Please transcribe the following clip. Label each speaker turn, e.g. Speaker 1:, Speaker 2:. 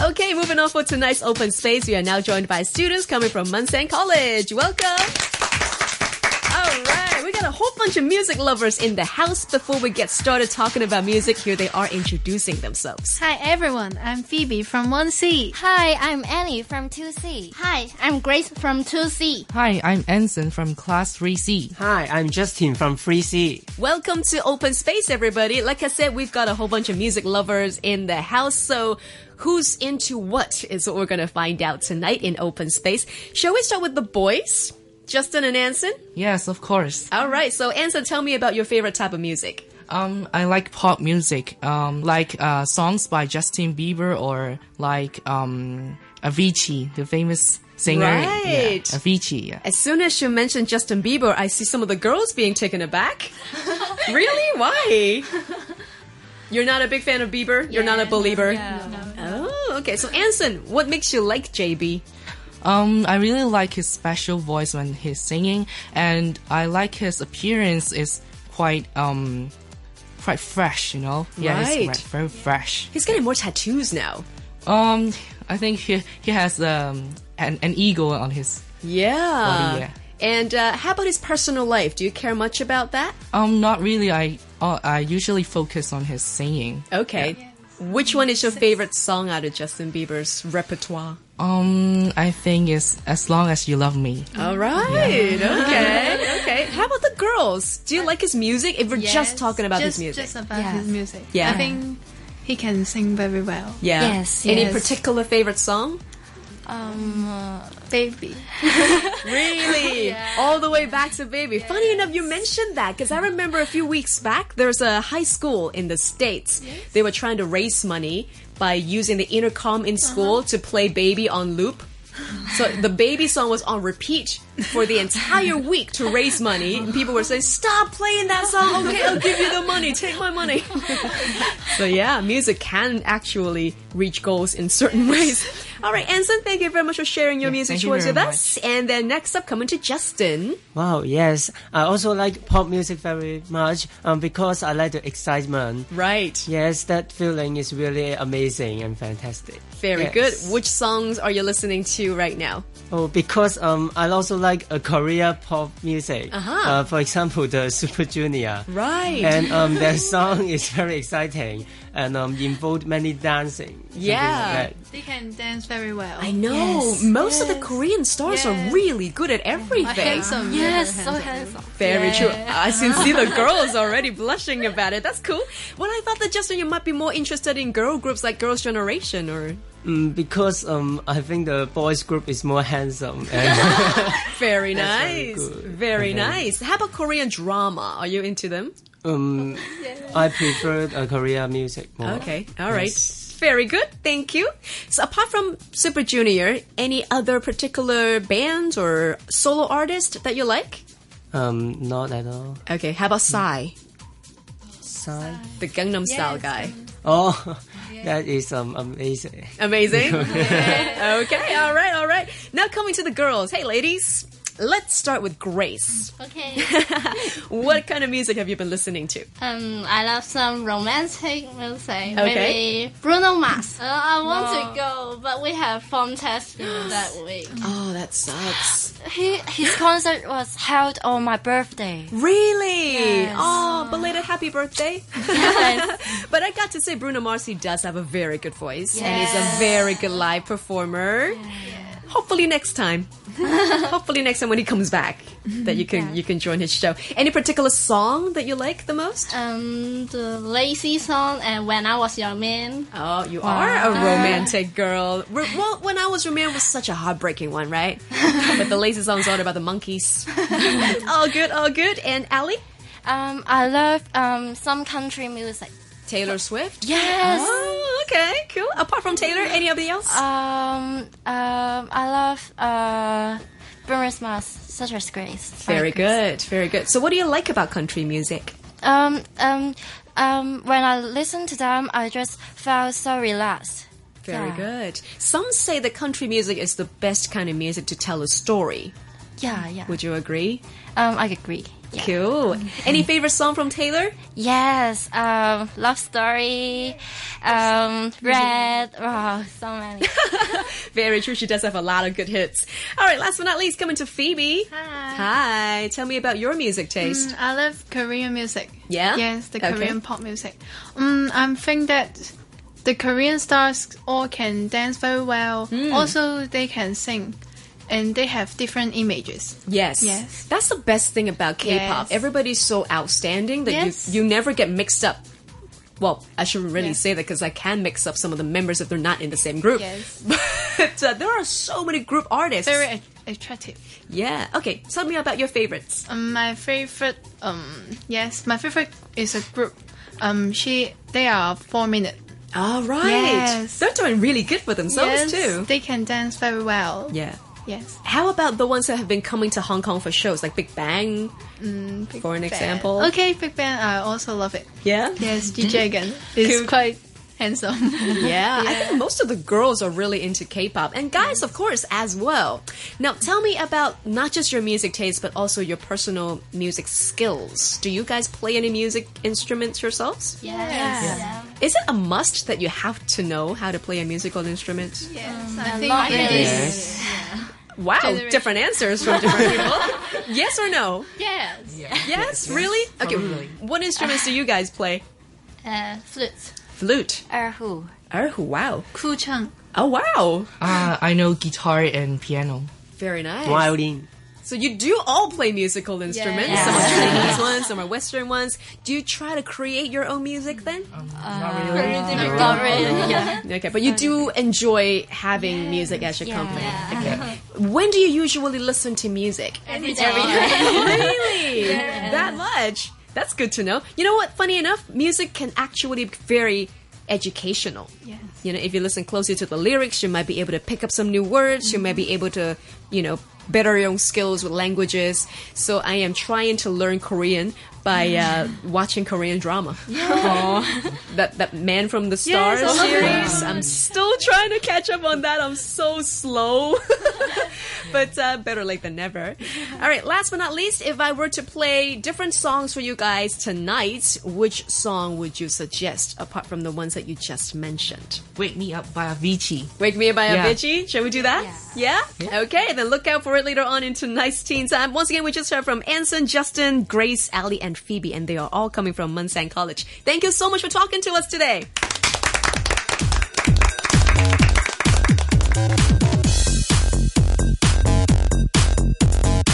Speaker 1: Okay, moving on for tonight's open space. We are now joined by students coming from Munsang College. Welcome. All right, we got a whole bunch of music lovers in the house. Before we get started talking about music, here they are introducing themselves.
Speaker 2: Hi everyone, I'm Phoebe from 1C.
Speaker 3: Hi, I'm Annie from 2C. Hi, I'm Grace from 2C.
Speaker 4: Hi, I'm Anson from Class 3C.
Speaker 5: Hi, I'm Justin from Free C.
Speaker 1: Welcome to Open Space, everybody. Like I said, we've got a whole bunch of music lovers in the house, so who's into what is what we're going to find out tonight in Open Space. Shall we start with the boys? Justin and Anson?
Speaker 4: Yes, of course.
Speaker 1: All right, so Anson, tell me about your favorite type of music.
Speaker 4: Um, I like pop music, um, like uh, songs by Justin Bieber or like um, Avicii, the famous singer.
Speaker 1: Right.
Speaker 4: Yeah, Avicii. Yeah.
Speaker 1: As soon as you mentioned Justin Bieber, I see some of the girls being taken aback. really? Why? You're not a big fan of Bieber? You're not a believer? Oh, okay. So, Anson, what makes you like JB?
Speaker 4: Um, I really like his special voice when he's singing, and I like his appearance is quite um, quite fresh. You know, yeah, he's
Speaker 1: Right.
Speaker 4: fre- very fresh.
Speaker 1: He's getting more tattoos now.
Speaker 4: Um, I think he he has um an, an eagle on his
Speaker 1: Yeah.
Speaker 4: Oh, yeah.
Speaker 1: And uh, how about his personal life? Do you care much about that?
Speaker 4: Um, not really. I uh, I usually focus on his singing.
Speaker 1: Okay. Which one is your favorite song out of Justin Bieber's repertoire?
Speaker 4: Um, I think it's as long as you love me.
Speaker 1: All right. Okay. Okay. How about the girls? Do you like his music? If we're just talking about
Speaker 2: just,
Speaker 1: his music.
Speaker 2: Just about
Speaker 3: Yeah.
Speaker 2: his music.
Speaker 1: Yeah.
Speaker 2: I think he can sing very well.
Speaker 1: yeah.
Speaker 3: Yes,
Speaker 1: Any
Speaker 3: yes.
Speaker 1: particular favorite song?
Speaker 2: Baby.
Speaker 1: Really? All the way back to Baby. Funny enough, you mentioned that because I remember a few weeks back, there's a high school in the States. They were trying to raise money by using the intercom in school to play Baby on loop. So the baby song was on repeat for the entire week to raise money. And people were saying, Stop playing that song. Okay, I'll give you the money. Take my money. so, yeah, music can actually reach goals in certain ways. All right, Anson, thank you very much for sharing your
Speaker 4: Yeah,
Speaker 1: music
Speaker 4: thank you
Speaker 1: choice
Speaker 4: very
Speaker 1: with us. And then next up, coming to Justin.
Speaker 5: Wow, yes. I also like pop music very much um, because I like the excitement.
Speaker 1: Right.
Speaker 5: Yes, that feeling is really amazing and fantastic.
Speaker 1: Very
Speaker 5: Yes.
Speaker 1: good. Which songs are you listening to right now?
Speaker 5: Oh, because um, I also like uh, Korea pop music.
Speaker 1: Uh-huh.
Speaker 5: Uh, for example, the Super Junior.
Speaker 1: Right.
Speaker 5: And um, their song is very exciting and um, involved many dancing. something like
Speaker 1: Yeah.
Speaker 5: that.
Speaker 2: He can dance very well.
Speaker 1: I know. Most of the Korean stars are
Speaker 2: Yes.
Speaker 1: really good at everything.
Speaker 2: But handsome.
Speaker 3: Yes, so handsome.
Speaker 1: Very true. I can see the girls already blushing about it. That's cool. Well, I thought that Justin, you might be more interested in girl groups like Girls' Generation or.
Speaker 5: Mm, because um, I think the boys group is more handsome. And
Speaker 1: Very
Speaker 5: very
Speaker 1: nice.
Speaker 5: good.
Speaker 1: Very
Speaker 5: Mhm.
Speaker 1: nice. How about Korean drama? Are you into them?
Speaker 5: um, I prefer uh, Korea music more.
Speaker 1: Okay. All right.
Speaker 5: Yes.
Speaker 1: Very good. Thank you. So, apart from Super Junior, any other particular bands or solo artist that you like?
Speaker 5: Um, not at all.
Speaker 1: Okay. How about Psy,
Speaker 5: Sigh.
Speaker 1: the Gangnam Style guy?
Speaker 5: Oh, that is um, amazing.
Speaker 1: Amazing. okay. All right. All right. Now coming to the girls. Hey, ladies. Let's start with Grace.
Speaker 3: Okay.
Speaker 1: What kind of music have you been listening to?
Speaker 3: um, I love some romantic music.
Speaker 1: Okay.
Speaker 3: Maybe Bruno Mars. Uh, I want to go, but we have form test that week.
Speaker 1: Oh, that sucks.
Speaker 6: He, his concert was held on my birthday.
Speaker 1: Really? Oh, belated happy birthday. but I got to say, Bruno Mars, he does have a very good voice. And he's a very good live performer. Hopefully next time. Hopefully next time when he comes back that you can you can join his show. Any particular song that you like the most?
Speaker 3: Um, the Lazy song and When I Was Your Man.
Speaker 1: Oh, you are a romantic girl. Re- Well, when I was your man was such a heartbreaking one, right? but the lazy song's all about the monkeys. all good, all good. And Ally?
Speaker 6: Um, I love um, some country music.
Speaker 1: Taylor Swift?
Speaker 6: Yes.
Speaker 1: Oh, okay, cool. Apart from Taylor, anybody else?
Speaker 6: Um, um, I love uh, Bruno Mars, such as Grace.
Speaker 1: very good, very good. So, what do you like about country music?
Speaker 6: Um, um, um, when I listen to them, I just felt so relaxed.
Speaker 1: Very
Speaker 6: Yeah.
Speaker 1: good. Some say that country music is the best kind of music to tell a story.
Speaker 6: Yeah, yeah.
Speaker 1: Would you agree?
Speaker 6: Um, I agree. Yeah. Mm-hmm.
Speaker 1: Cool. Any favorite song from Taylor?
Speaker 6: Yes, um, love story, um, red. Wow, so many.
Speaker 1: Very true. She does have a lot of good hits. All right. Last but not least, coming to Phoebe. Hi. Hi. Tell me about your music taste.
Speaker 2: Mm, I love Korean music.
Speaker 1: Yeah?
Speaker 2: Yes, the
Speaker 1: Okay.
Speaker 2: Korean pop music. Mm, I think that the Korean stars all can dance very well.
Speaker 1: Hmm.
Speaker 2: Also, they can sing, and they have different images.
Speaker 1: Yes.
Speaker 2: Yes.
Speaker 1: That's the best thing about K-pop.
Speaker 2: Yes.
Speaker 1: Everybody's so outstanding that
Speaker 2: Yes.
Speaker 1: you you never get mixed up. Well, I shouldn't really
Speaker 2: Yes.
Speaker 1: say that because I can mix up some of the members if they're not in the same group.
Speaker 2: Yes.
Speaker 1: But uh, there are so many group artists.
Speaker 2: Very at- attractive.
Speaker 1: yeah. Okay. Tell me about your favorites.
Speaker 2: Um, my favorite, um, yes, my favorite is a group. Um, she, they are four minute.
Speaker 1: All right.
Speaker 2: Yes.
Speaker 1: They're doing really good for themselves
Speaker 2: yes,
Speaker 1: too.
Speaker 2: they can dance very well.
Speaker 1: yeah.
Speaker 2: Yes.
Speaker 1: How about the ones that have been coming to Hong Kong for shows, like Big Bang,
Speaker 2: Mm, Big
Speaker 1: for an
Speaker 2: Bang.
Speaker 1: example?
Speaker 2: Okay, Big Bang. I also love it.
Speaker 1: Yeah.
Speaker 2: Yes, DJ again is
Speaker 1: Cool.
Speaker 2: quite handsome.
Speaker 1: Yeah, I think most of the girls are really into K-pop, and guys, of course, as well. Now, tell me about not just your music taste, but also your personal music skills. Do you guys play any music instruments yourselves?
Speaker 3: Yes.
Speaker 1: Is it a must that you have to know how to play a musical instrument?
Speaker 2: Yes, I think
Speaker 3: Not
Speaker 2: it
Speaker 3: really.
Speaker 2: is.
Speaker 4: Yes.
Speaker 1: Wow,
Speaker 2: Generation.
Speaker 1: different answers from different people. yes or no?
Speaker 3: Yes.
Speaker 1: Yes, really? Okay,
Speaker 4: Probably.
Speaker 1: what instruments do you guys play?
Speaker 3: Uh, flute.
Speaker 1: Flute.
Speaker 6: Er, who?
Speaker 1: Oh, wow.
Speaker 2: Ku Cheng.
Speaker 1: Oh, wow.
Speaker 4: Uh, I know guitar and piano.
Speaker 1: Very nice.
Speaker 5: Violin.
Speaker 1: So you do all play musical instruments.
Speaker 3: Yes.
Speaker 1: Some are Chinese ones, some are Western ones. Do you try to create your own music then?
Speaker 4: Not really.
Speaker 3: Not really.
Speaker 1: Okay, but you do enjoy having music as your company. Okay. When do you usually listen to music?
Speaker 3: Every day.
Speaker 1: really? That much? That's good to know. You know what? Funny enough, music can actually be very educational.
Speaker 2: Yes.
Speaker 1: You know, if you listen closely to the lyrics, you might be able to pick up some new words. You might
Speaker 2: Mm-hmm.
Speaker 1: be able to, you know, better your own skills with languages. So I am trying to learn Korean by uh,
Speaker 2: Mm-hmm.
Speaker 1: watching Korean drama. Aw. that that Man from the Stars
Speaker 2: I love
Speaker 1: series. I'm still trying to catch up on that. I'm so slow. but uh, better late than never. All right, last but not least, if I were to play different songs for you guys tonight, which song would you suggest apart from the ones that you just mentioned?
Speaker 4: Wake Me Up by Avicii.
Speaker 1: Wake Me Up by
Speaker 4: Yeah.
Speaker 1: Avicii. Shall we do that? Yeah. Okay, then look out for it later on in tonight's Teen Time. Once again, we just heard from Anson, Justin, Grace, Ali, and Phoebe, and they are all coming from Munsang College. Thank you so much for talking to us today.